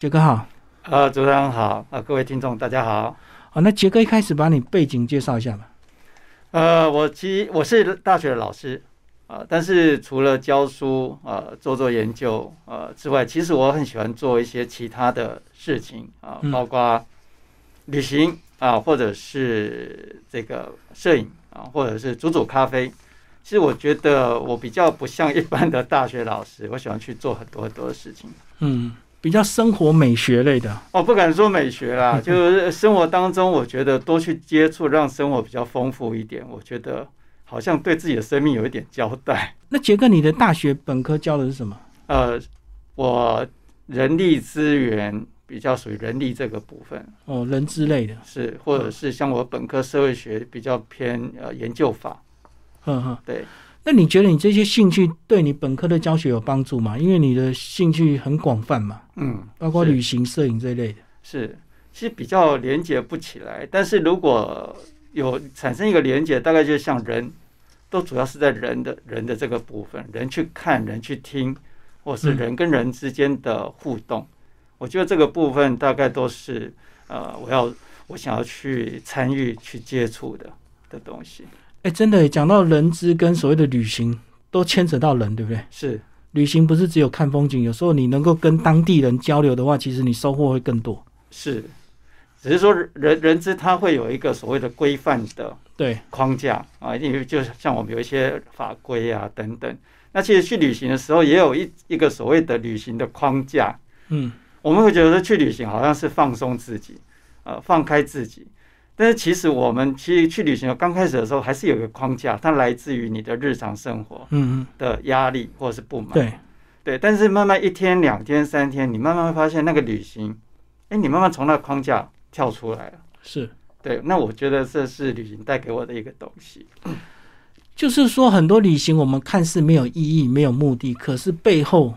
杰哥好，呃，主持人好，呃，各位听众大家好。好，哦那杰哥一开始把你背景介绍一下吧。呃，我其我是大学的老师啊、呃但是除了教书呃做做研究呃之外，其实我很喜欢做一些其他的事情啊、嗯包括旅行啊、或者是这个摄影啊、或者是煮煮咖啡。其实我觉得我比较不像一般的大学老师，我喜欢去做很多很多的事情。嗯，比较生活美学类的。哦，不敢说美学啦，就是生活当中，我觉得多去接触，让生活比较丰富一点。我觉得好像对自己的生命有一点交代。那杰哥，你的大学本科教的是什么？呃，我人力资源比较属于人力这个部分，哦，人资类的。是或者是像我本科社会学比较偏呃研究法，呵呵。对。那你觉得你这些兴趣对你本科的教学有帮助吗？因为你的兴趣很广泛嘛，嗯，包括是旅行、摄影这一类的。是，其实比较连接不起来。但是如果有产生一个连接，大概就像人，都主要是在人的人的这个部分，人去看，人去听，或是嗯人跟人之间的互动。我觉得这个部分大概都是呃，我要我想要去参与、去接触的的东西。哎，真的耶，讲到人资跟所谓的旅行，都牵扯到人，对不对？是旅行不是只有看风景，有时候你能够跟当地人交流的话，其实你收获会更多。是，只是说人人之他会有一个所谓的规范的对，框架啊，因为就像我们有一些法规啊等等。那其实去旅行的时候，也有一一个所谓的旅行的框架，嗯，我们会觉得去旅行好像是放松自己，呃，放开自己。但是其实我们其实去旅行的刚开始的时候，还是有一个框架，它来自于你的日常生活嗯的压力或是不嗯，满。对，对，但是慢慢一天、两天、三天，你慢慢会发现那个旅行，哎，你慢慢从那个框架跳出来了。是。对，那我觉得这是旅行带给我的一个东西。就是说，很多旅行我们看似没有意义、没有目的，可是背后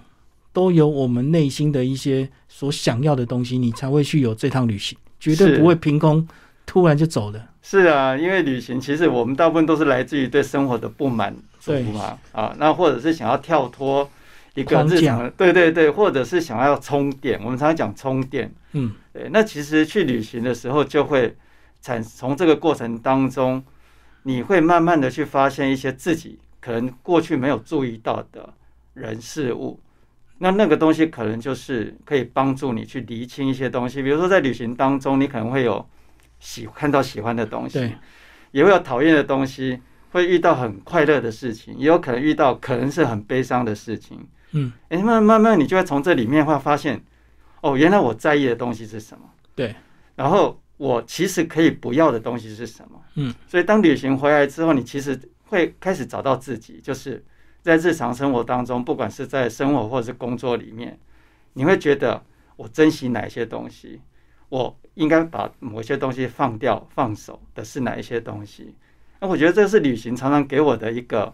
都有我们内心的一些所想要的东西，你才会去有这趟旅行，绝对是不会凭空突然就走的。是啊，因为旅行其实我们大部分都是来自于对生活的不满足嘛，啊，那或者是想要跳脱一个框架日常的，对对对，或者是想要充电。我们常常讲充电，嗯，对，那其实去旅行的时候就会产从这个过程当中，你会慢慢的去发现一些自己可能过去没有注意到的人事物。那那个东西可能就是可以帮助你去厘清一些东西，比如说在旅行当中，你可能会有喜看到喜欢的东西，对，啊也会有讨厌的东西，会遇到很快乐的事情，也有可能遇到可能是很悲伤的事情。嗯，哎，慢慢慢，你就会从这里面会发现，哦，原来我在意的东西是什么，对，然后我其实可以不要的东西是什么。嗯，所以当旅行回来之后，你其实会开始找到自己，就是在日常生活当中，不管是在生活或者是工作里面，你会觉得我珍惜哪一些东西，我应该把某些东西放掉、放手的是哪一些东西？那我觉得这是旅行常常给我的一个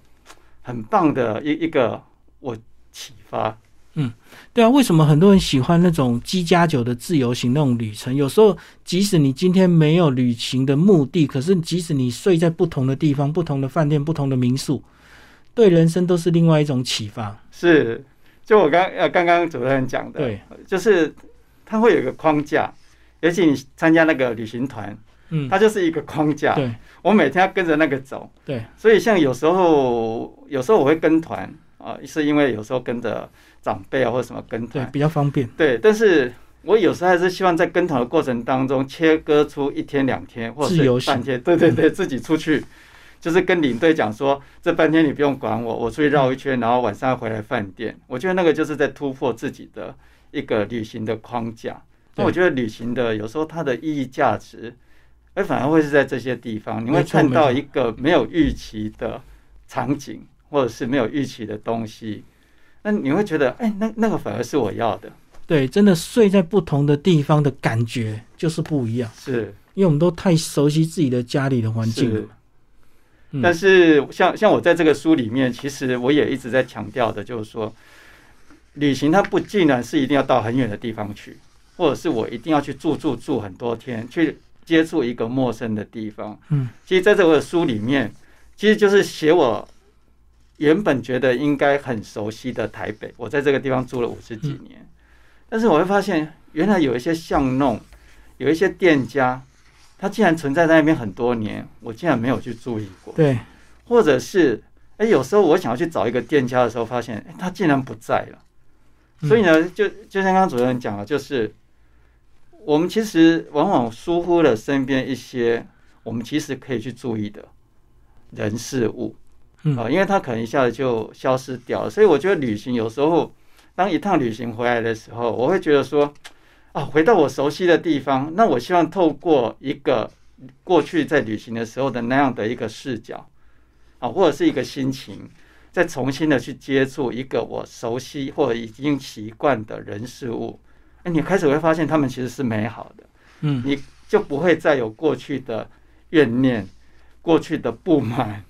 很棒的一一个我启发。对啊，为什么很多人喜欢那种机加酒的自由行那种旅程？有时候即使你今天没有旅行的目的，可是即使你睡在不同的地方、不同的饭店、不同的民宿，对人生都是另外一种启发。是，就我刚呃刚刚主持人讲的，对，就是它会有一个框架，尤其你参加那个旅行团，嗯，它就是一个框架。对我每天要跟着那个走，对，所以像有时候有时候我会跟团啊、是因为有时候跟着长辈啊或者什么跟对，团，比较方便。对，但是。我有时候还是希望在跟团的过程当中，切割出一天两天，或者自由是行嗯半天，对对对，自己出去，就是跟领队讲说，这半天你不用管我，我出去绕一圈，然后晚上回来饭店。我觉得那个就是在突破自己的一个旅行的框架。对那我觉得旅行的有时候它的意义价值，而反而会是在这些地方，你会没错看到没一个没有预期的场景，或者是没有预期的东西。那你会觉得，哎，那那个反而是我要的，对，真的睡在不同的地方的感觉就是不一样，是因为我们都太熟悉自己的家里的环境是了。嗯但是像像我在这个书里面，其实我也一直在强调的，就是说，旅行它不尽然是一定要到很远的地方去，或者是我一定要去住住住很多天，去接触一个陌生的地方。嗯，其实在这个书里面，其实就是写我原本觉嗯得应该很熟悉的台北，我在这个地方住了五十几年，但是我会发现，原来有一些巷弄，有一些店家，它竟然存在在那边很多年，我竟然没有去注意过。对，或者是哎，有时候我想要去找一个店家的时候，发现哎，他竟然不在了。所以呢，就就像刚刚主任讲的，就是我们其实往往疏忽了身边一些我们其实可以去注意的人事物嗯啊、因为它可能一下子就消失掉了。所以我觉得旅行有时候，当一趟旅行回来的时候，我会觉得说，啊，回到我熟悉的地方，那我希望透过一个过去在旅行的时候的那样的一个视角。啊，或者是一个心情，再重新的去接触一个我熟悉或者已经习惯的人事物，哎，你开始会发现他们其实是美好的，嗯，你就不会再有过去的怨念、过去的不满，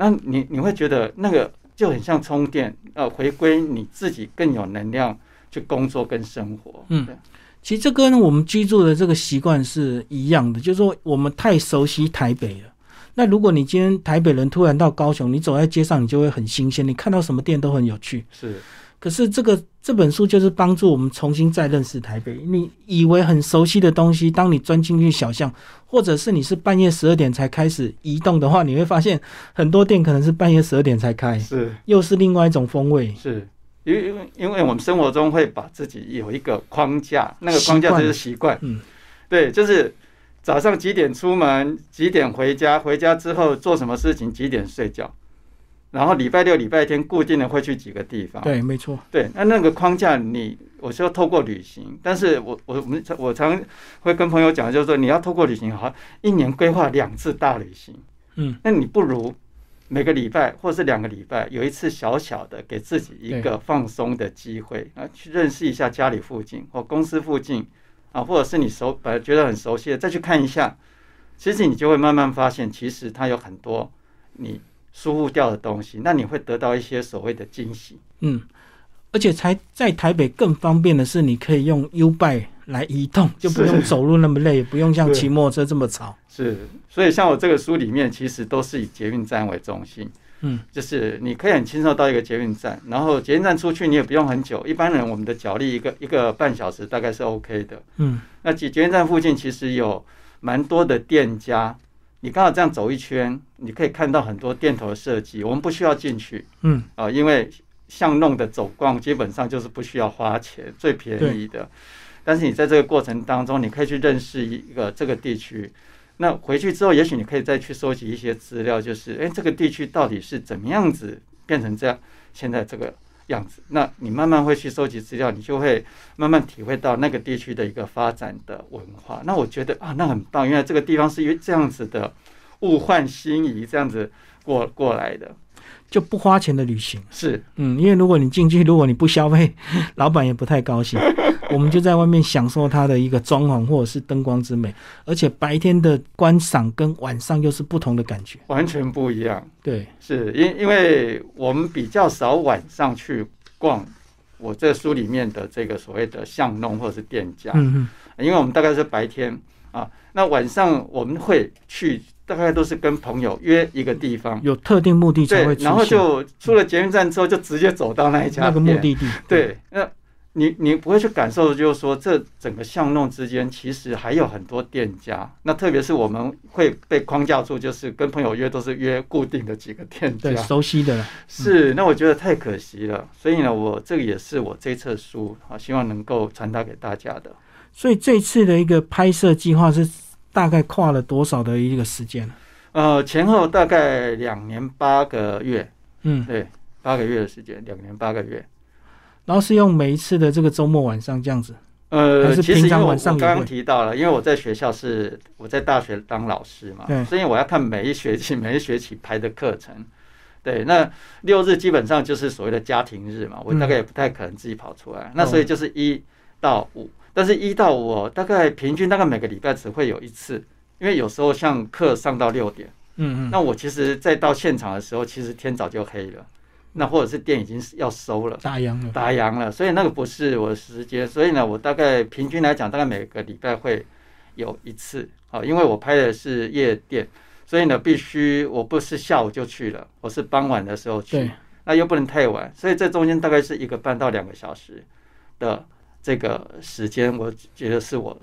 那你你会觉得那个就很像充电，呃，回归你自己更有能量去工作跟生活。嗯对，其实这跟我们居住的这个习惯是一样的，就是说我们太熟悉台北了。那如果你今天台北人突然到高雄，你走在街上，你就会很新鲜，你看到什么店都很有趣。是可是这个这本书就是帮助我们重新再认识台北。你以为很熟悉的东西，当你钻进去小巷，或者是你是半夜十二点才开始移动的话，你会发现很多店可能是半夜十二点才开，是 又是另外一种风味。是。因为因为因为我们生活中会把自己有一个框架，那个框架就是习惯，嗯，对，就是早上几点出门，几点回家，回家之后做什么事情，几点睡觉，然后礼拜六、礼拜天固定的会去几个地方。对，没错，对，那那个框架你，我是要透过旅行，但是我我我们我常会跟朋友讲，就是说你要透过旅行，好，一年规划两次大旅行，嗯，那你不如每个礼拜或是两个礼拜有一次小小的给自己一个放松的机会啊，去认识一下家里附近或公司附近啊，或者是你熟本来觉得很熟悉的再去看一下，其实你就会慢慢发现，其实它有很多你疏忽掉的东西，那你会得到一些所谓的惊喜。嗯。而且才在台北更方便的是，你可以用 U Bike 来移动，就不用走路那么累，也不用像对骑摩托车这么吵。是，所以像我这个书里面，其实都是以捷运站为中心，嗯，就是你可以很轻松到一个捷运站，然后捷运站出去你也不用很久，一般人我们的脚力一个一个半小时大概是 OK 的。嗯，那捷捷运站附近其实有蛮多的店家，你刚好这样走一圈，你可以看到很多店头的设计，我们不需要进去，嗯啊、因为巷弄的走逛基本上就是不需要花钱，最便宜的。但是你在这个过程当中，你可以去认识一个这个地区。那回去之后，也许你可以再去收集一些资料，就是诶，这个地区到底是怎么样子变成这样，现在这个样子。那你慢慢会去收集资料，你就会慢慢体会到那个地区的一个发展的文化。那我觉得啊，那很棒，原来这个地方是因为这样子的物换星移这样子过过来的，就不花钱的旅行。是嗯，因为如果你进去， 如果你不消费，老板也不太高兴。 我们就在外面享受它的一个装潢或者是灯光之美，而且白天的观赏跟晚上又是不同的感觉。完全不一样。对，是因因为我们比较少晚上去逛我这书里面的这个所谓的巷弄或者是店家，嗯嗯，因为我们大概是白天啊，那晚上我们会去，大概都是跟朋友约一个地方，嗯有特定目的才对会，出然后现就出了捷运站之后就直接走到那一家那个目店，的地。，对，那你你不会去感受，就是说这整个巷弄之间其实还有很多店家。那特别是我们会被框架住，就是跟朋友约都是约固定的几个店家对，。熟悉的了。是，那我觉得太可惜了。所以呢，我这个也是我这册书啊，希望能够传达给大家的。所以这次的一个拍摄计划是大概跨了多少的一个时间呢？呃，前后大概两年八个月，嗯，对，八个月的时间，两年八个月。然后是用每一次的这个周末晚上这样子。还呃，是其平实因为常我晚上我也刚刚会提到了，因为我在学校是我在大学当老师嘛对，所以我要看每一学期 每一学期排的课程。对，那六日基本上就是所谓的家庭日嘛，我嗯大概也不太可能自己跑出来。哦那所以就是一到五，但是一到五哦大概平均大概每个礼拜只会有一次，因为有时候像课上到六点，嗯嗯，那我其实再到现场的时候，其实天早就黑了，那或者是店已经是要收了。打烊了。打烊了，所以那个不是我的时间，所以呢，我大概平均来讲，大概每个礼拜会有一次啊，因为我拍的是夜店，所以呢，必须我不是下午就去了，我是傍晚的时候对去，那又不能太晚，所以这中间大概是一个半到两个小时的这个时间，我觉得是我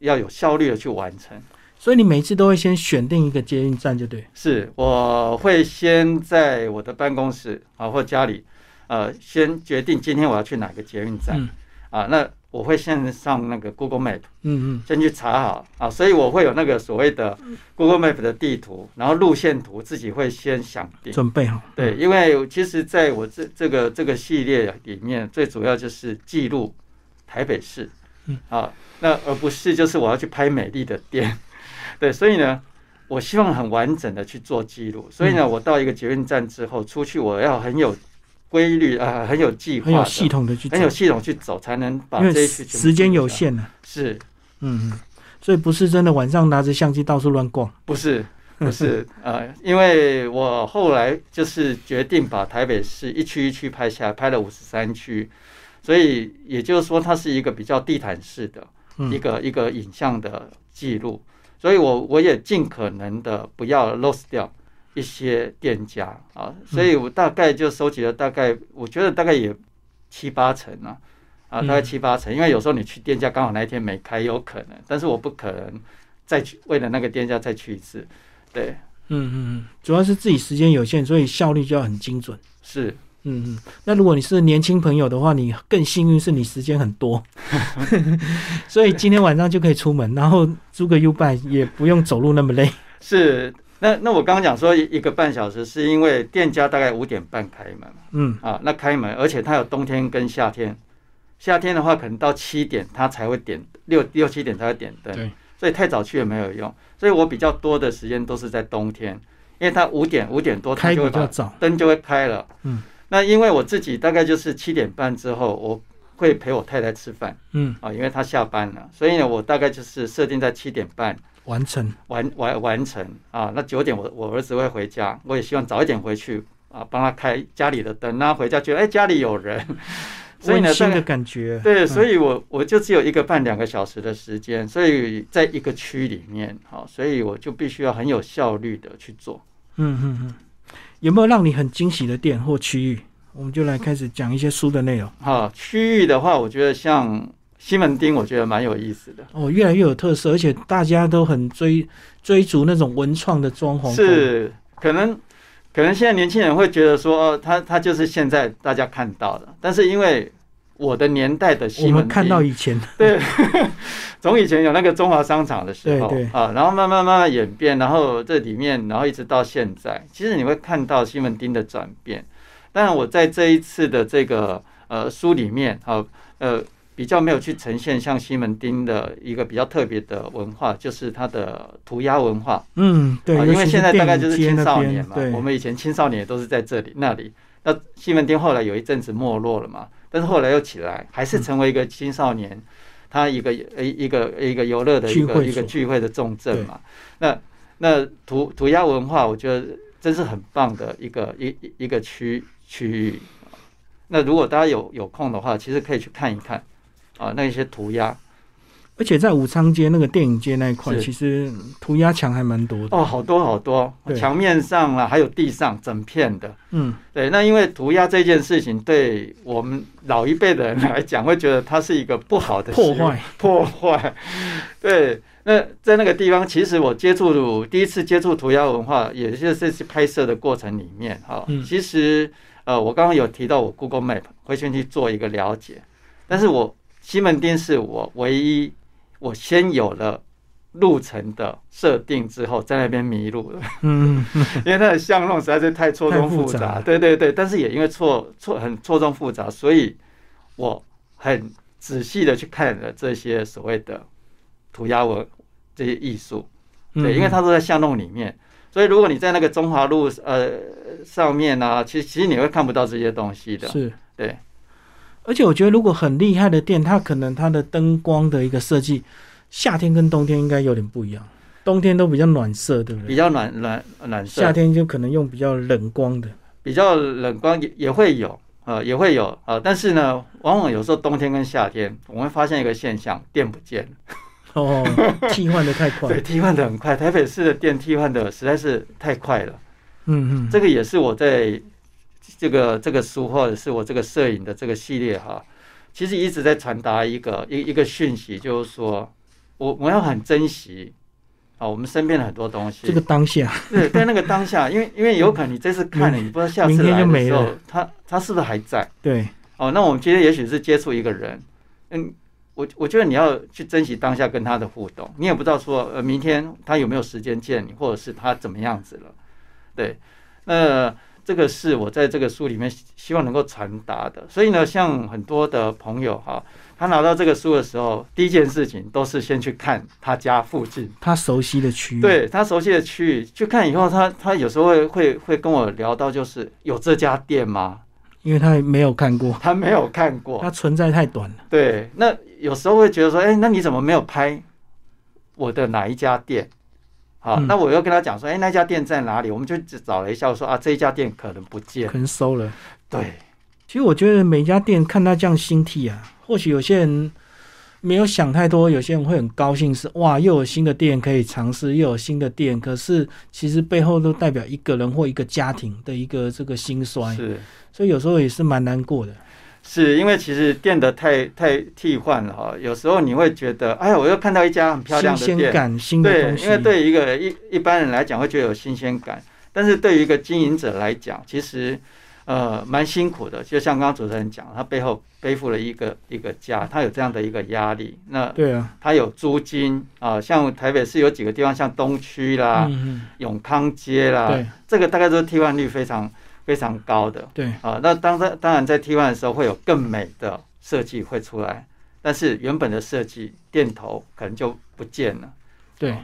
要有效率的去完成。所以你每次都会先选定一个捷运站，就对。是，我会先在我的办公室啊或家里，呃，先决定今天我要去哪个捷运站、嗯啊。那我会先上那个 Google Map，嗯先去查好啊，所以我会有那个所谓的 Google Map 的地图，然后路线图自己会先想嗯，。定准备好。对，因为其实在我这这个这个系列里面，最主要就是记录台北市，嗯啊，那而不是就是我要去拍美丽的店， 对，所以呢，我希望很完整的去做记录，所以嗯呢，我到一个捷运站之后出去，我要很有规律啊、很有计划很的，有系统的去走很，有系统去走，才能把因这为一区全部时间记录有下来，限呢、是嗯嗯，所以不是真的晚上拿着相机到处乱逛。不是不是呃，因为我后来就是决定把台北市一区一区拍下来，拍了五十三区，所以也就是说它是一个比较地毯式的一嗯个一个影像的记录，所以我我也尽可能的不要 lose 掉。一些店家啊，所嗯以我大概就收集了大概，我觉得大概也七八成啊，啊，大概嗯七八成，因为有时候你去店家刚好那一天没开，有可能，但是我不可能再去为了那个店家再去一次，对，嗯嗯嗯，主要是自己时间有限，所以效率就要很精准。是嗯嗯，那如果你是年轻朋友的话，你更幸运是你时间很多， 所以今天晚上就可以出门，然后租个 U bike 也不用走路那么累。是。那那我刚刚讲说一个半小时，是因为店家大概五点半开门嗯啊，那开门，而且它有冬天跟夏天，夏天的话可能到七点它才会点六六七点才会点对灯，所以太早去也没有用，所以我比较多的时间都是在冬天，因为它五点五点多它开就比会把较早。灯就会开了。嗯，那因为我自己大概就是七点半之后，我会陪我太太吃饭嗯，啊，因为她下班了，所以呢，我大概就是设定在七点半完成。完完完成啊。那九点我我儿子会回家，我也希望早一点回去啊，帮他开家里的灯，让他回家觉得哎家里有人，所以呢，温馨大的嗯概感觉。对，所以以我我就只有一个半两个小时的时间，所以在一个区里面，好、所以我就必须要很有效率的去做。嗯嗯嗯，有没有让你很惊喜的店或区域？我们就来开始讲一些书的内容好，啊区域的话，我觉得像西门町，我觉得蛮有意思的。哦，越来越有特色，而且大家都很追追逐那种文创的装潢。，是，可能可能现在年轻人会觉得说，哦他他就是现在大家看到的，但是因为我的年代的我西门们町，看到以前，从以前有那个中华商场的时候对对啊，然后慢慢慢慢演变，然后这里面，然后一直到现在，其实你会看到西门町的转变。当然，我在这一次的这个呃书里面，啊呃比较没有去呈现像西门町的一个比较特别的文化，就是它的涂鸦文化。嗯，对，啊，尤因其为现在大概就是电影街那青少边年嘛对，，我们以前青少年也都是在这里那里。那西门町后来有一阵子没落了嘛，但是后来又起来，还嗯是成为一个青少年、他一个呃一个一个游乐的一聚会个所一个聚会的重镇嘛。那那涂涂鸦文化，我觉得真是很棒的一个一一一个区区域。那如果大家有有空的话，其实可以去看一看啊，那一些涂鸦而且在武昌街那个电影街那一块，是其实涂鸦墙还蛮多的。哦，好多好多对，墙面上啦、还有地上整片的。嗯，对，那因为涂鸦这件事情，对我们老一辈的人来讲，会觉得它是一个不好的行破为坏。破坏。 对，那在那个地方，其实我接触第一次接触涂鸦文化，也就是这次拍摄的过程里面哈、嗯其实呃，我刚刚有提到我 Google Map 会先去做一个了解，但是我西门町是我唯一我先有了路程的设定之后，在那边迷路了。嗯，嗯因为它的巷弄实在是太错综复太复杂杂，对对对，但是也因为错错很错综复杂，所以我很仔细的去看了这些所谓的涂鸦文这些艺术，嗯对，因为它都在巷弄里面，所以如果你在那个中华路呃上面啊，其实其实你会看不到这些东西的，是对，而且我觉得，如果很厉害的店，它可能它的灯光的一个设计，夏天跟冬天应该有点不一样。冬天都比较暖色，对不比对？较暖暖暖色夏，天就可能用比较冷光的。比较冷光也也会有。呃，也会有呃，但是呢，往往有时候冬天跟夏天，我们会发现一个现象，电不见了。哦， 替换的太对，快。替换的很快，台北市的电替换的实在是太快了。嗯嗯，这个也是我在这个这个书或者是我这个摄影的这个系列哈，其实一直在传达一个一一个讯息，就是说我我要很珍惜啊，我们身边的很多东西。这个当下，对，在那个当下，因为因为有可能你这次看了，你不知道下次明天来就的没时候了，他他是不是还在？对，哦，那我们今天也许是接触一个人，嗯，我我觉得你要去珍惜当下跟他的互动，你也不知道说呃明天他有没有时间见你，或者是他怎么样子了，对，那这个是我在这个书里面希希望能够传达的。所以呢，像很多的朋友哈、他拿到这个书的时候，第一件事情都是先去看他家附近。他熟悉的区域，，对他熟悉的区域去看以后他，他有时候会会会跟我聊到，就是有这家店吗？因为他没有看过，他没有看过，他存在太短了，对，那有时候会觉得说，哎、那你怎么没有拍我的哪一家店？好，嗯那我又跟他讲说，哎、那家店在哪里？我们就只找了一下，我说啊，这一家店可能不见。可能收了。对，其实我觉得每一家店看他这样兴替啊，或许有些人没有想太多，有些人会很高兴是哇，又有新的店可以尝试，又有新的店。可是其实背后都代表一个人或一个家庭的一个这个兴衰，是所以有时候也是蛮难过的。是，因为其实店的太太替换了哈，有时候你会觉得，哎呀，我又看到一家很漂亮的新鲜店，感、新的对东，西，因为对一个一一般人来讲会觉得有新鲜感，但是对于一个经营者来讲，其实呃蛮辛苦的。就像刚刚主持人讲，他背后背负了一个一个家，他有这样的一个压力。那对啊，他有租金啊、像台北市有几个地方，像东区啦、嗯永康街嗯，啦，对这个大概都是替换率非常非常高的。对，啊，那当然当然在替换的时候会有更美的设计会出来，但是原本的设计店头可能就不见了。对，哦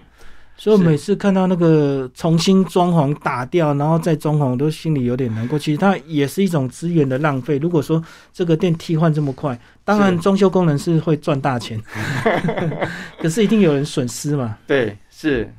所以我每次看到那个重新装潢打掉，然后再装潢，我都心里有点难过。其实它也是一种资源的浪费。如果说这个店替换这么快，当然是装修工人是会赚大 钱，可是一定有人损失嘛。对，是。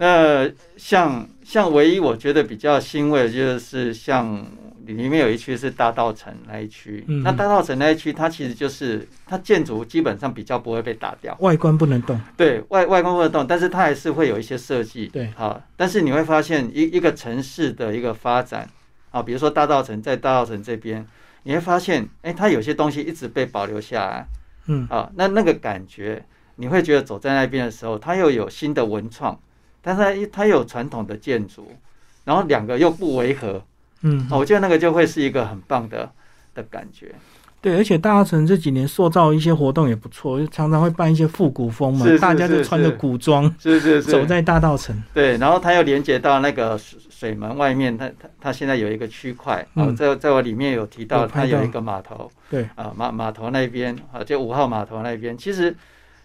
那像像唯一我觉得比较欣慰的就是像里面有一区是大道城那一区，嗯那大道城那一区它其实就是它建筑基本上比较不会被打掉，外观不能动，对外外观不会动，但是它还是会有一些设计，对啊，但是你会发现一一个城市的一个发展啊，比如说大道城在大道城这边，你会发现哎，它有些东西一直被保留下来，嗯，啊，那那个感觉，你会觉得走在那边的时候，它又有新的文创，但是它又它又有传统的建筑，然后两个又不违和，嗯啊，，我觉得那个就会是一个很棒的的感觉。对，而且大城这几年塑造一些活动也不错，就常常会办一些复古风嘛是，是大家就是穿着是古装是是走在大道城，对，然后它又连接到那个水水门外面，它它它现在有一个区块，啊，嗯在在我里面有提到，有拍它有到一个码头，对，啊码码头那边啊，就五号码头那边，其实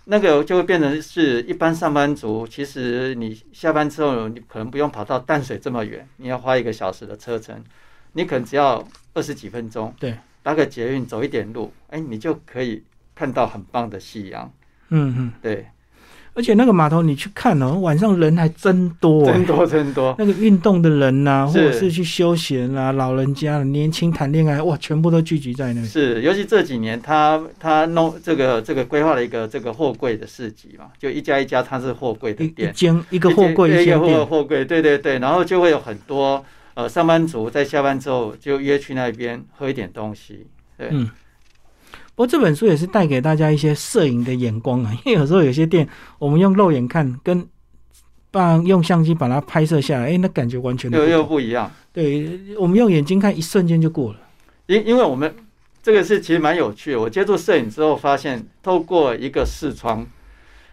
那个就会变成是一般上班族，其实你下班之后，你可能不用跑到淡水这么远，你要花一个小时的车程，你可能只要二十几分钟，对，搭个捷运走一点路，哎，你就可以看到很棒的夕阳，嗯嗯。对，而且那个码头你去看哦，晚上人还真多、哎真多真 多，那个运动的人呐、或哦是者是去休闲啦、老人家、年轻谈恋爱，哇，全部都聚集在那里。是，尤其这几年他他弄这个这个规划了一个这个货柜的市集嘛，就一家一家它是货柜的一一店，间一个货柜一一个间货店，货柜，对对对，然后就会有很多呃上班族在下班之后就约去那边喝一点东西，对，嗯不过这本书也是带给大家一些摄影的眼光啊，因 为有时候有些店我们用肉眼看，跟把用相机把它拍摄下来，哎，那感觉完全的又不又同。不一样，对，我们用眼睛看，一瞬间就过了。因因为我们这个是其实蛮有趣的，我接触摄影之后发现，透过一个视窗，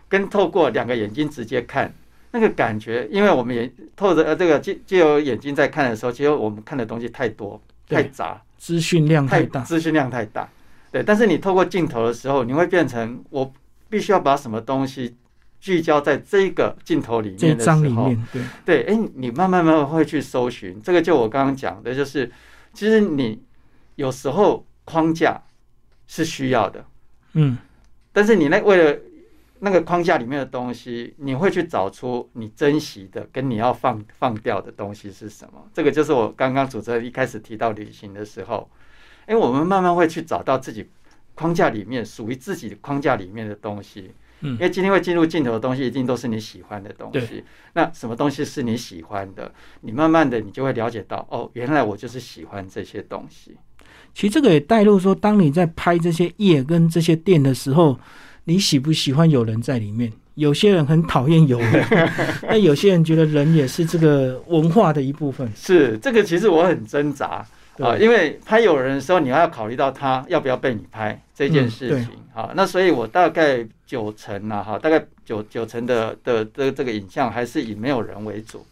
跟透过两个眼睛直接看。那个感觉，因为我们眼透着呃这个借借由眼睛在看的时候，其实我们看的东西太多太对杂，资讯量太太大，资讯量太大。对，但是你透过镜头的时候，你会变成我必须要把什么东西聚焦在这个镜头里这面的时候张，里面，对，对，哎，你慢慢慢慢会去搜寻，这个就我刚刚讲的，就是其实你有时候框架是需要的，嗯，但是你那为了那个框架里面的东西，你会去找出你珍惜的跟你要放放掉的东西是什么。这个就是我刚刚主持人一开始提到旅行的时候，哎，我们慢慢会去找到自己框架里面属于自己的框架里面的东西。嗯因为今天会进入镜头的东西，一定都是你喜欢的东西。那什么东西是你喜欢的？你慢慢的，你就会了解到，哦，原来我就是喜欢这些东西。其实这个也带入说，当你在拍这些夜跟这些店的时候，你喜不喜欢有人在里面？有些人很讨厌有 人，那有些人觉得人也是这个文化的一部分。是这个，其实我很挣扎啊、对因为拍有人的时候，你要考虑到他要不要被你拍这件嗯事对情啊、那所以我大概九成啊，哈，大概九九成的的的这个影像还是以没有人为主，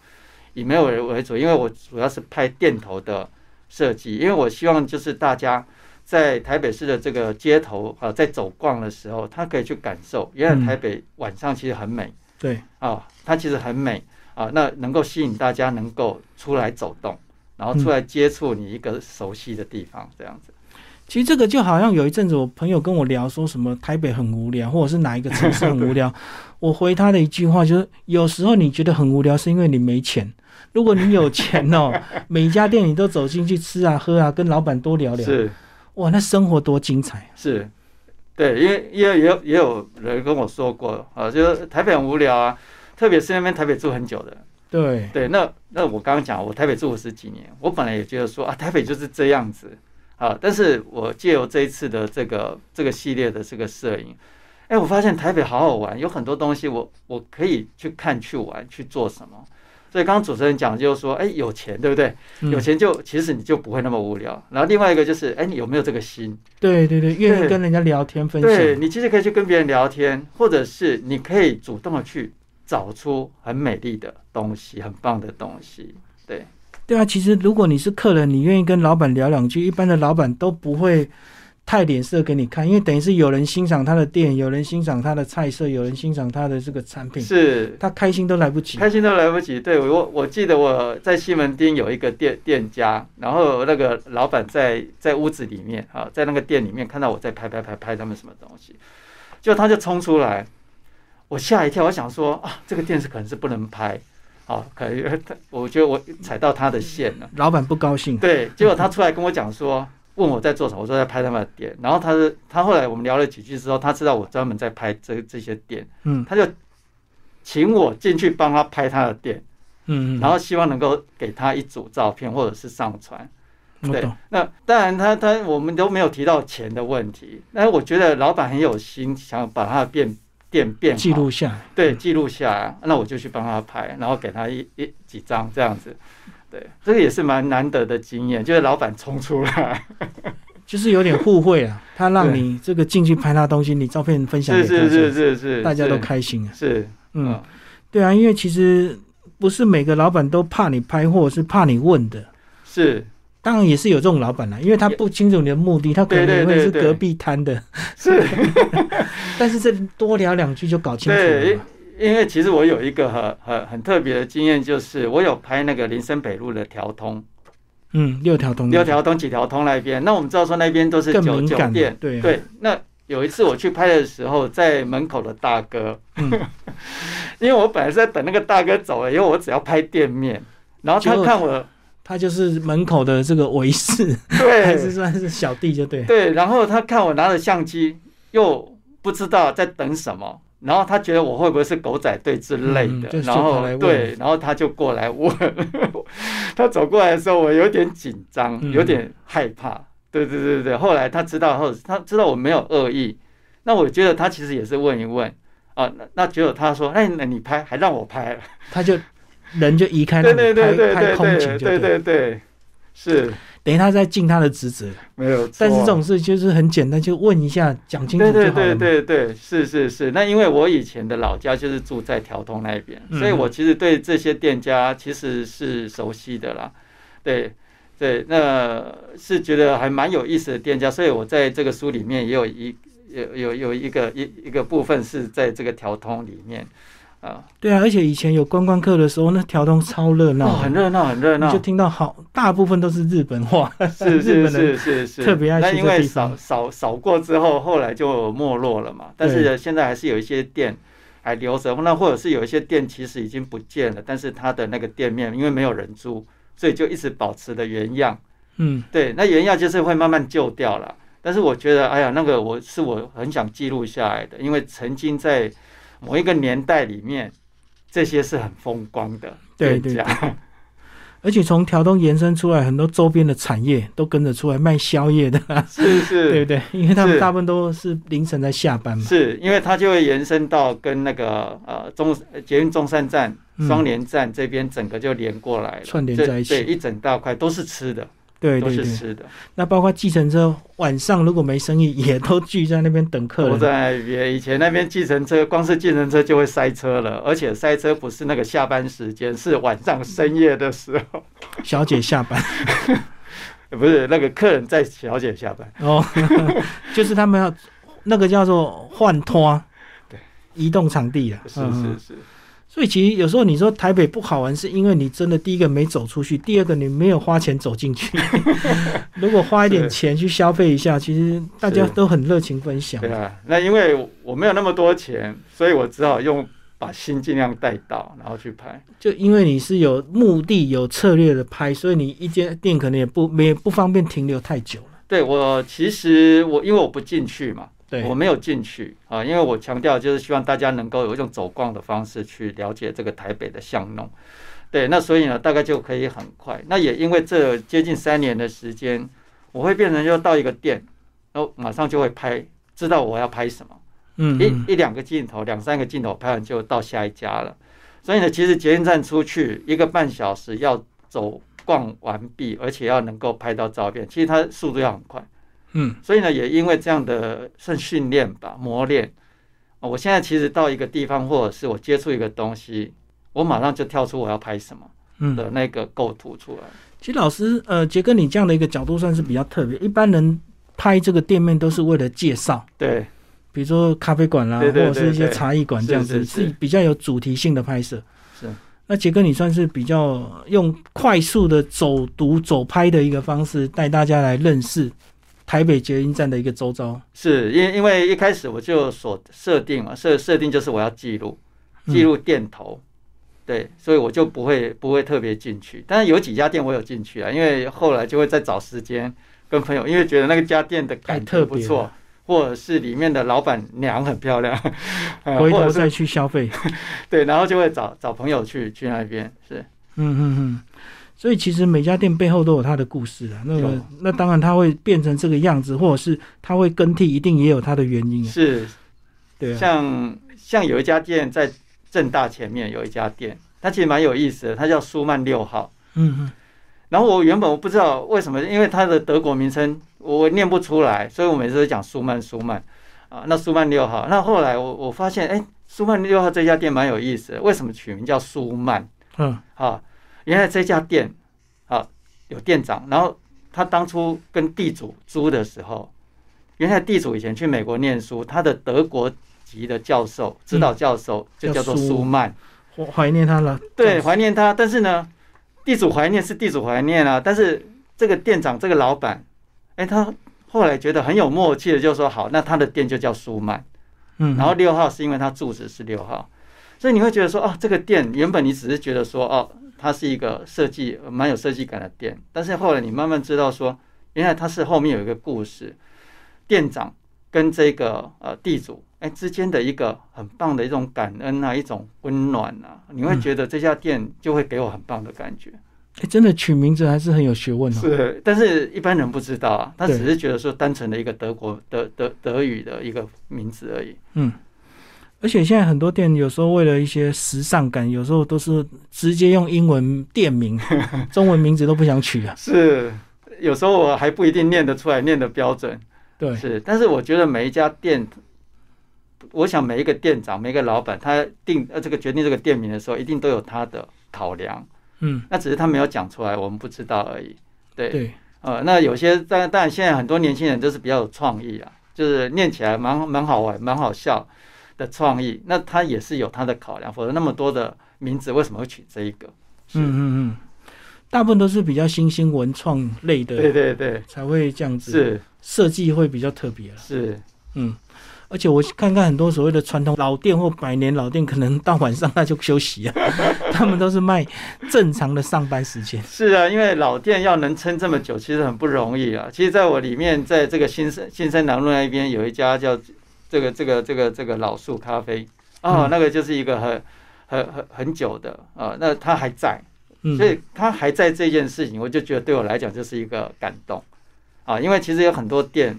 以没有人为主，因为我主要是拍店头的设计，因为我希望就是大家。在台北市的这个街头啊，在走逛的时候，他可以去感受，原嗯来台北晚上其实很美，对，啊、它其实很美啊、那能够吸引大家能够出来走动，然后出来接触你一个熟悉的地方，这样子。其实这个就好像有一阵子我朋友跟我聊说什么台北很无聊，或者是哪一个城市很无 聊，我回他的一句话就是：有时候你觉得很无聊，是因为你没钱。如果你有钱 哦，每家店你都走进去吃啊、喝啊，跟老板多聊聊，是哇，那生活多精彩！是，对，因为也有也有也有人跟我说过啊，就是台北很无聊啊，特别是那边台北住很久的。对，对，那那我刚刚讲，我台北住了十几年，我本来也觉得说啊，台北就是这样子啊，但是我借由这一次的这个这个系列的这个摄影，哎，我发现台北好好玩，有很多东西我我可以去看、去玩、去做什么。所以刚刚主持人讲就是说，哎，有钱对不对？嗯有钱就其实你就不会那么无聊。然后另外一个就是，哎，你有没有这个心？对对对，愿意对跟人家聊天分对享，你其实可以去跟别人聊天，或者是你可以主动的去找出很美丽的东西、很棒的东西。对。对啊。其实如果你是客人，你愿意跟老板聊两句，一般的老板都不会太脸色给你看，因为等于是有人欣赏他的店，有人欣赏他的菜色，有人欣赏他的这个产品，是他开心都来不及。开心都来不及。对我，我记得我在西门町有一个店店家，然后那个老板在在屋子里面啊，在那个店里面看到我在拍拍拍拍他们什么东西，就他就冲出来，我吓一跳，我想说啊，这个店是可能是不能拍，啊，可能我觉得我踩到他的线了。老板不高兴，对，结果他出来跟我讲说。问我在做什么，我说在拍他们的店。然后他是他后来我们聊了几句之后，他知道我专门在拍这这些店，嗯他就请我进去帮他拍他的店，嗯嗯，然后希望能够给他一组照片或者是上传。我对懂，，那当然他他我们都没有提到钱的问题，那我觉得老板很有心，想把他的变店变好记录嗯下来。对记录下来，那我就去帮他拍，然后给他一一几张这样子。对，这个也是蛮难得的经验，就是老板冲出来，就是有点互惠啊，他让对你这个进去拍他东西，你照片分享给是大 是家，是是是，大家都是开心啊。是嗯，，对啊，因为其实不是每个老板都怕你拍，或者是怕你问的。是当然也是有这种老板啦，因为他不清楚你的目的，他可能对也会对对是对隔壁摊的，是。但是这多聊两句就搞清楚了对嘛。，因为其实我有一个很很很特别的经验，就是我有拍那个林森北路的条通，嗯，六条通六条通几条通那边。那我们知道说那边都是更酒敏酒感的，店，对啊对。那有一次我去拍的时候，在门口的大哥，嗯 因为我本来是在等那个大哥走了，因为我只要拍店面，然后结他果看我，他就是门口的这个维士，还是对算是小弟就对， 对，然后他看我拿着相机，又不知道在等什么。然后他觉得我会不会是狗仔队之类嗯的，就然就跑后来问对，然后他就过来问， 他走过来的时候，我有点紧张，嗯有点害怕。对对对对，后来他知道后，他知道我没有恶意，那我觉得他其实也是问一问啊。那那结果他说，哎，那你拍还让我拍了，他就人就移开，对对对让你拍对拍对空景对就对对，对对，是等于他在尽他的职责。没有错。但是这种事就是很简单，就问一下，讲清楚对就好了对嘛。对对对，是是是。那因为我以前的老家就是住在条通那边，嗯所以我其实对这些店家其实是熟悉的啦。对对，那是觉得还蛮有意思的店家，所以我在这个书里面也有一有有有一个一一个部分是在这个条通里面啊，对啊！而且以前有观光客的时候，那条通超热哦，闹，很热闹，很热你闹就，听到好大部分都是日本话， 是日是本人是是是，特别爱那去因这为地方扫扫扫过之后，后来就没落了嘛。但对是现在还是有一些店还留着，那或者是有一些店其实已经不见了，但是它的那个店面因为没有人租，所以就一直保持的原样。嗯，对，那原样就是会慢慢旧掉了。但是我觉得，哎呀，那个我是我很想记录下来的，因为曾经在某一个年代里面，这些是很风光的对店家。而且从条东延伸出来，很多周边的产业都跟着出来卖宵夜的、啊，是对是不对？因为他们是大部分都是凌晨才下班嘛。是，因为它就会延伸到跟那个呃中捷运中山站、嗯双连站这边整个就连过来了，串联这在一起对，一整大块都是吃的，对都对是对，吃的，那包括计程车晚上如果没生意，也都聚在那边等客都人。在那边。以前那边计程车，光是计程车就会塞车了，而且塞车不是那个下班时间，是晚上深夜的时候， 小姐下班不是那个客人在小姐下班。哦，就是他们要那个叫做换拖，对，移动场地啊。是嗯是是，所以其实有时候你说台北不好玩，是因为你真的第一个没走出去，第二个你没有花钱走进 去。如果花一点是钱去消费一下，其实大家是都很热情分享对。啊。那因为我没有那么多钱，所以我只好用把心尽量带到，然后去拍。就因为你是有目的、有策略的拍，所以你一间店可能也不也不方便停留太久了。对我其实我因为我不进去嘛，对，我没有进去啊，因为我强调就是希望大家能够有一种走逛的方式去了解这个台北的巷弄。对，那所以呢，大概就可以很快。那也因为这接近三年的时间，我会变成就到一个店，然后马上就会拍，知道我要拍什么。嗯，嗯一一两个镜头，两三个镜头拍完就到下一家了。所以呢，其实捷运站出去一个半小时要走逛完毕，而且要能够拍到照片，其实它速度要很快。嗯，所以呢，也因为这样的算训练吧，磨练。啊我现在其实到一个地方，或者是我接触一个东西，我马上就跳出我要拍什么嗯的那个构图出来。其实老师，呃，杰哥，你这样的一个角度算是比较特别。一般人拍这个店面都是为了介绍，对，比如说咖啡馆啦，对对对或者是一些对茶艺馆这样子，是是是比较有主题性的拍摄。是。那杰哥，你算是比较用快速的走读、走拍的一个方式，带大家来认识台北捷运站的一个周遭。是因因为一开始我就所设定嘛，设设定就是我要记录，嗯记录店头，对，所以我就不会不会特别进去。但是有几家店我有进去啊，因为后来就会再找时间跟朋友，因为觉得那个家店的太感哎特别啊觉不了错，或者是里面的老板娘很漂亮，呃回或头者是再去消费。对，然后就会找找朋友去去那边，是嗯嗯嗯。所以其实每家店背后都有它的故事啊。那有个，那当然它会变成这个样子，或者是它会更替，一定也有它的原因啊。是对啊。像像有一家店在正大前面有一家店，它其实蛮有意思的，它叫舒曼六号。嗯嗯。然后我原本我不知道为什么，因为它的德国名称我念不出来，所以我每次都讲舒曼舒曼啊。那舒曼六号，那后来我我发现，哎，舒曼六号这家店蛮有意思的，为什么取名叫舒曼嗯啊？原来这家店啊有店长，然后他当初跟地主租的时候，原来地主以前去美国念书，他的德国籍的教授指导教授就叫做叫舒舒曼。我嗯怀念他了。嗯对，怀念他。但是呢，地主怀念是地主怀念啊，但是这个店长这个老板，哎，他后来觉得很有默契的，就说好，那他的店就叫舒曼。嗯，然后六号是因为他住址是六号，所以你会觉得说，哦，这个店原本你只是觉得说，哦，它是一个设计呃蛮有设计感的店，但是后来你慢慢知道说，原来它是后面有一个故事，店长跟这个呃地主哎之间的一个很棒的一种感恩啊，一种温暖啊，你会觉得这家店就会给我很棒的感觉。诶真的取名字还是很有学问哦。是，但是一般人不知道啊，他对只是觉得说单纯的一个德国德德德语的一个名字而已。而且现在很多店有时候为了一些时尚感，有时候都是直接用英文店 名，中文名字都不想取啊。是，有时候我还不一定念得出来，念的标准对，是，但是我觉得每一家店，我想每一个店长、每一个老板，他定呃这个决定这个店名的时候，一定都有他的考量，嗯，那只是他没有讲出来，我们不知道而已。对，对，呃，那有些但但现在很多年轻人就是比较有创意啊，就是念起来蛮蛮好玩、蛮好笑的创意，那他也是有他的考量，否则那么多的名字为什么会取这一个？是嗯嗯嗯，大部分都是比较新兴文创类对的对对，才会这样子，是设计会比较特别了。是，嗯，而且我看看很多所谓的传统老店或百年老店，可能到晚上他就休息 啊，他们都是卖正常的上班时间。是啊，因为老店要能撑这么久，其实很不容易啊。其实，在我里面，在这个新生新生南路那边有一家叫这个这个这个这个老树咖啡哦，嗯啊那个就是一个很很很很久的啊、呃那它还在，嗯所以他还在这件事情，我就觉得对我来讲就是一个感动啊，因为其实有很多店，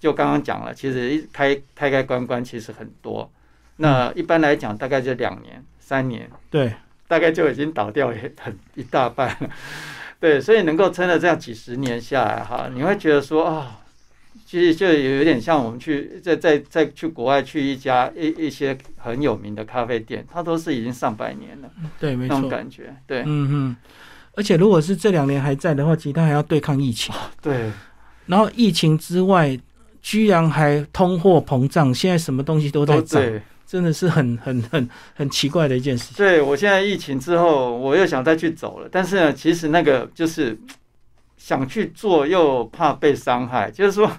就刚刚讲了，其实一开开开关关其实很嗯多，那一般来讲大概就两年、三年，对，大概就已经倒掉也很一大半了。 对，所以能够撑了这样几十年下来哈，你会觉得说啊、其实就有点像我们去在在在去国外去一家一一些很有名的咖啡店，它都是已经上百年了对，没那错种，感觉。对嗯嗯。而且如果是这两年还在的话，其实他还要对抗疫情，对然后疫情之外，居然还通货膨胀，现在什么东西都在都涨，对。真的是很很很很奇怪的一件事情。对我现在疫情之后，我又想再去走了，但是呢，其实那个就是想去做，又怕被伤害，就是说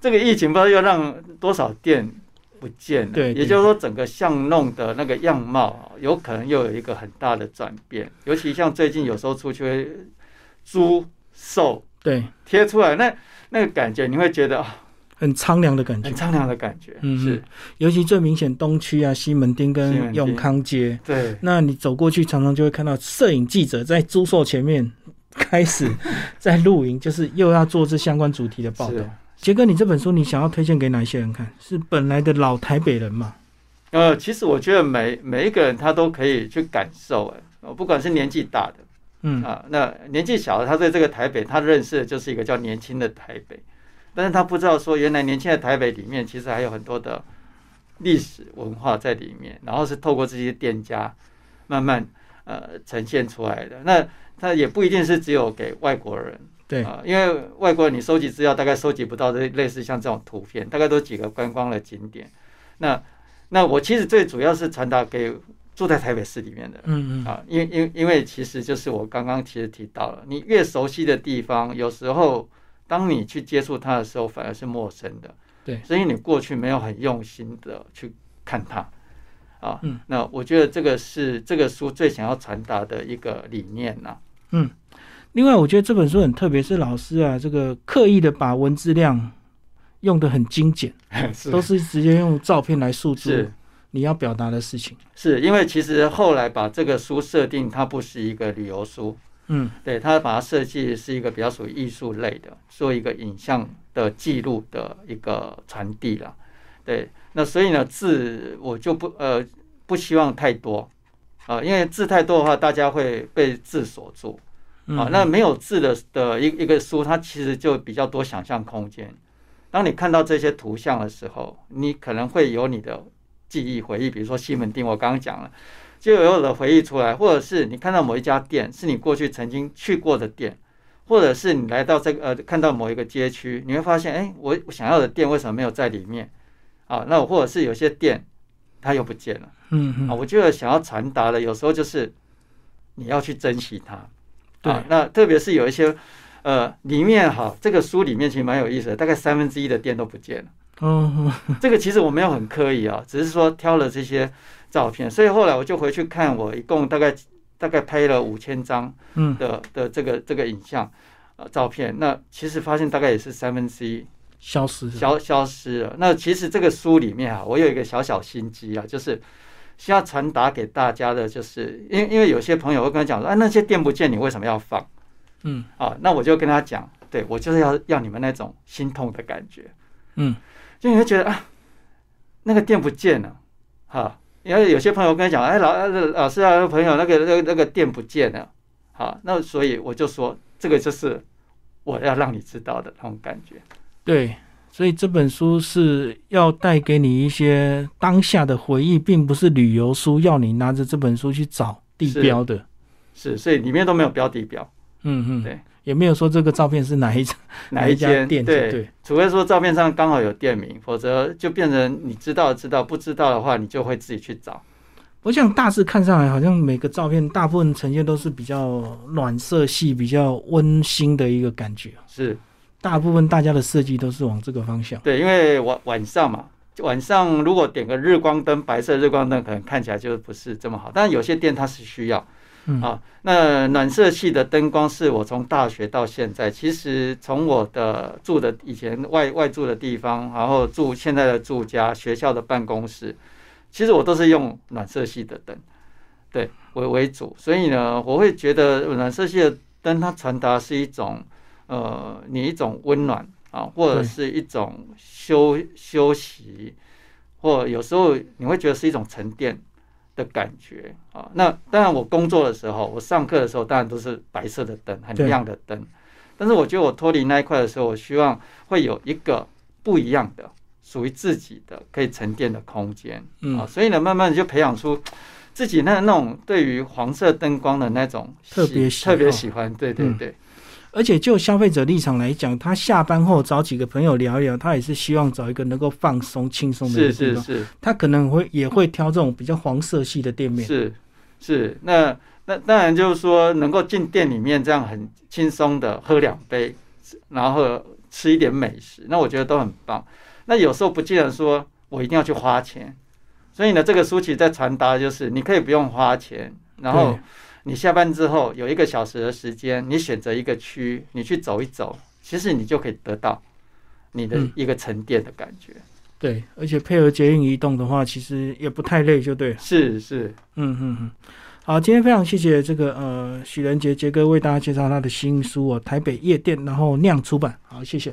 这个疫情不知道又让多少店不见了，对对也就是说整个巷弄的那个样貌啊有可能又有一个很大的转变，尤其像最近有时候出去会租售对，贴出来，那那个感觉你会觉得啊，很苍凉的感觉很。苍凉的感觉，嗯是尤其最明显，东区啊、西门町西跟门町永康街，对。那你走过去，常常就会看到摄影记者在租售前面 开始 在露营，就是又要做这相关主题的报道是。杰哥，你这本书你想要推荐给哪一些人看？是本来的老台北人嘛？呃，其实我觉得每每一个人他都可以去感受，哎，呃不管是年纪大的嗯，啊，那年纪小的，他对这个台北，他认识的就是一个叫年轻的台北，但是他不知道说，原来年轻的台北里面其实还有很多的历史文化在里面，然后是透过这些店家慢慢呃呈现出来的。那他也不一定是只有给外国人，对，啊，因为外国人你收集资料大概收集不到类类似像这种图片，大概都几个观光的景点。那那我其实最主要是传达给住在台北市里面的人嗯嗯，啊，因为因为因为其实就是我刚刚其实提到了，你越熟悉的地方，有时候当你去接触它的时候，反而是陌生的。对所以你过去没有很用心的去看它啊。嗯，那我觉得这个是这个书最想要传达的一个理念呐、另外，我觉得这本书很特别，是老师啊，这个刻意的把文字量用的很精简，是都 是直接用照片来诉诸是。你要表达的事情。是因为其实后来把这个书设定，它不是一个旅游书，嗯，对，它把它设计是一个比较属于艺术类的，做一个影像的记录的一个传递啦。对，那所以呢，字我就不呃不希望太多啊、因为字太多的话，大家会被字所住嗯啊、那没有字的的一一个书，它其实就比较多想象空间。当你看到这些图像的时候，你可能会有你的记忆回忆，比如说西门町，我刚刚讲了，就有的回忆出来，或者是你看到某一家店是你过去曾经去过的店，或者是你来到这个呃看到某一个街区，你会发现，哎，我我想要的店为什么没有在里面？啊，那或者是有些店它又不见了嗯啊。嗯，我觉得想要传达的，有时候就是你要去珍惜它。对啊，那特别是有一些呃里面哈，这个书里面其实蛮有意思的，大概三分之一的店都不见了。哦，这个其实我没有很刻意啊，只是说挑了这些照片，所以后来我就回去看，我一共大概大概拍了五千张嗯，的的这个这个影像呃照片，那其实发现大概也是三分之一消失了。消消失了。那其实这个书里面啊，我有一个小小心机啊，就是。需要传达给大家的，就是因为因为有些朋友会跟我讲说，啊，那些店不见，你为什么要放嗯啊？那我就跟他讲，对我就是要要你们那种心痛的感觉。嗯，就你会觉得啊，那个店不见了，哈、因为有些朋友跟你讲，哎，老呃老师啊，朋友那个那个那个店不见了，好、那所以我就说，这个就是我要让你知道的那种感觉，对，所以这本书是要带给你一些当下的回忆，并不是旅游书要你拿着这本书去找地标的。是，所以里面都没有标地标，嗯嗯，对，也没有说这个照片是哪一张哪一家间店对，对，除非说照片上刚好有店名，否则就变成你知道知道，不知道的话，你就会自己去找。我想大致看上来，好像每个照片大部分呈现都是比较暖色系、比较温馨的一个感觉。是大部分大家的设计都是往这个方向。对，因为晚晚上嘛，晚上如果点个日光灯，白色日光灯可能看起来就不是这么好，但有些店它是需要。嗯啊，那暖色系的灯光是我从大学到现在，其实从我的住的以前外外住的地方，然后住现在的住家、学校的办公室，其实我都是用暖色系的灯。对为为主，所以呢，我会觉得暖色系的灯它传达是一种呃，你一种温暖啊，或者对是一种休休息，或有时候你会觉得是一种沉淀的感觉啊。那当然，我工作的时候，我上课的时候，当然都是白色的灯，很对亮的灯。但是我觉得我脱离那一块的时候，我希望会有一个不一样的、属于自己的、可以沉淀的空间。嗯啊，所以呢，慢慢地就培养出自己那那种对于黄色灯光的那种喜特别喜好特别喜欢，对对嗯对，而且就消费者立场来讲，他下班后找几个朋友聊一聊，他也是希望找一个能够放松、轻松的一个地是是方。是他可能会也会挑这种比较黄色系的店面。是是，那那当然就是说能够进店里面这样很轻松的喝两杯，然后吃一点美食，那我觉得都很棒。那有时候不见得说我一定要去花钱，所以呢，这个书其实在传达的就是你可以不用花钱，然后对你下班之后有一个小时的时间，你选择一个区，你去走一走，其实你就可以得到你的嗯一个沉淀的感觉。对，而且配合捷运移动的话，其实也不太累，就对了。是是，嗯嗯嗯。好，今天非常谢谢这个呃许仁杰杰哥为大家介绍他的新书哦，台北夜店，然后酿出版。好，谢谢。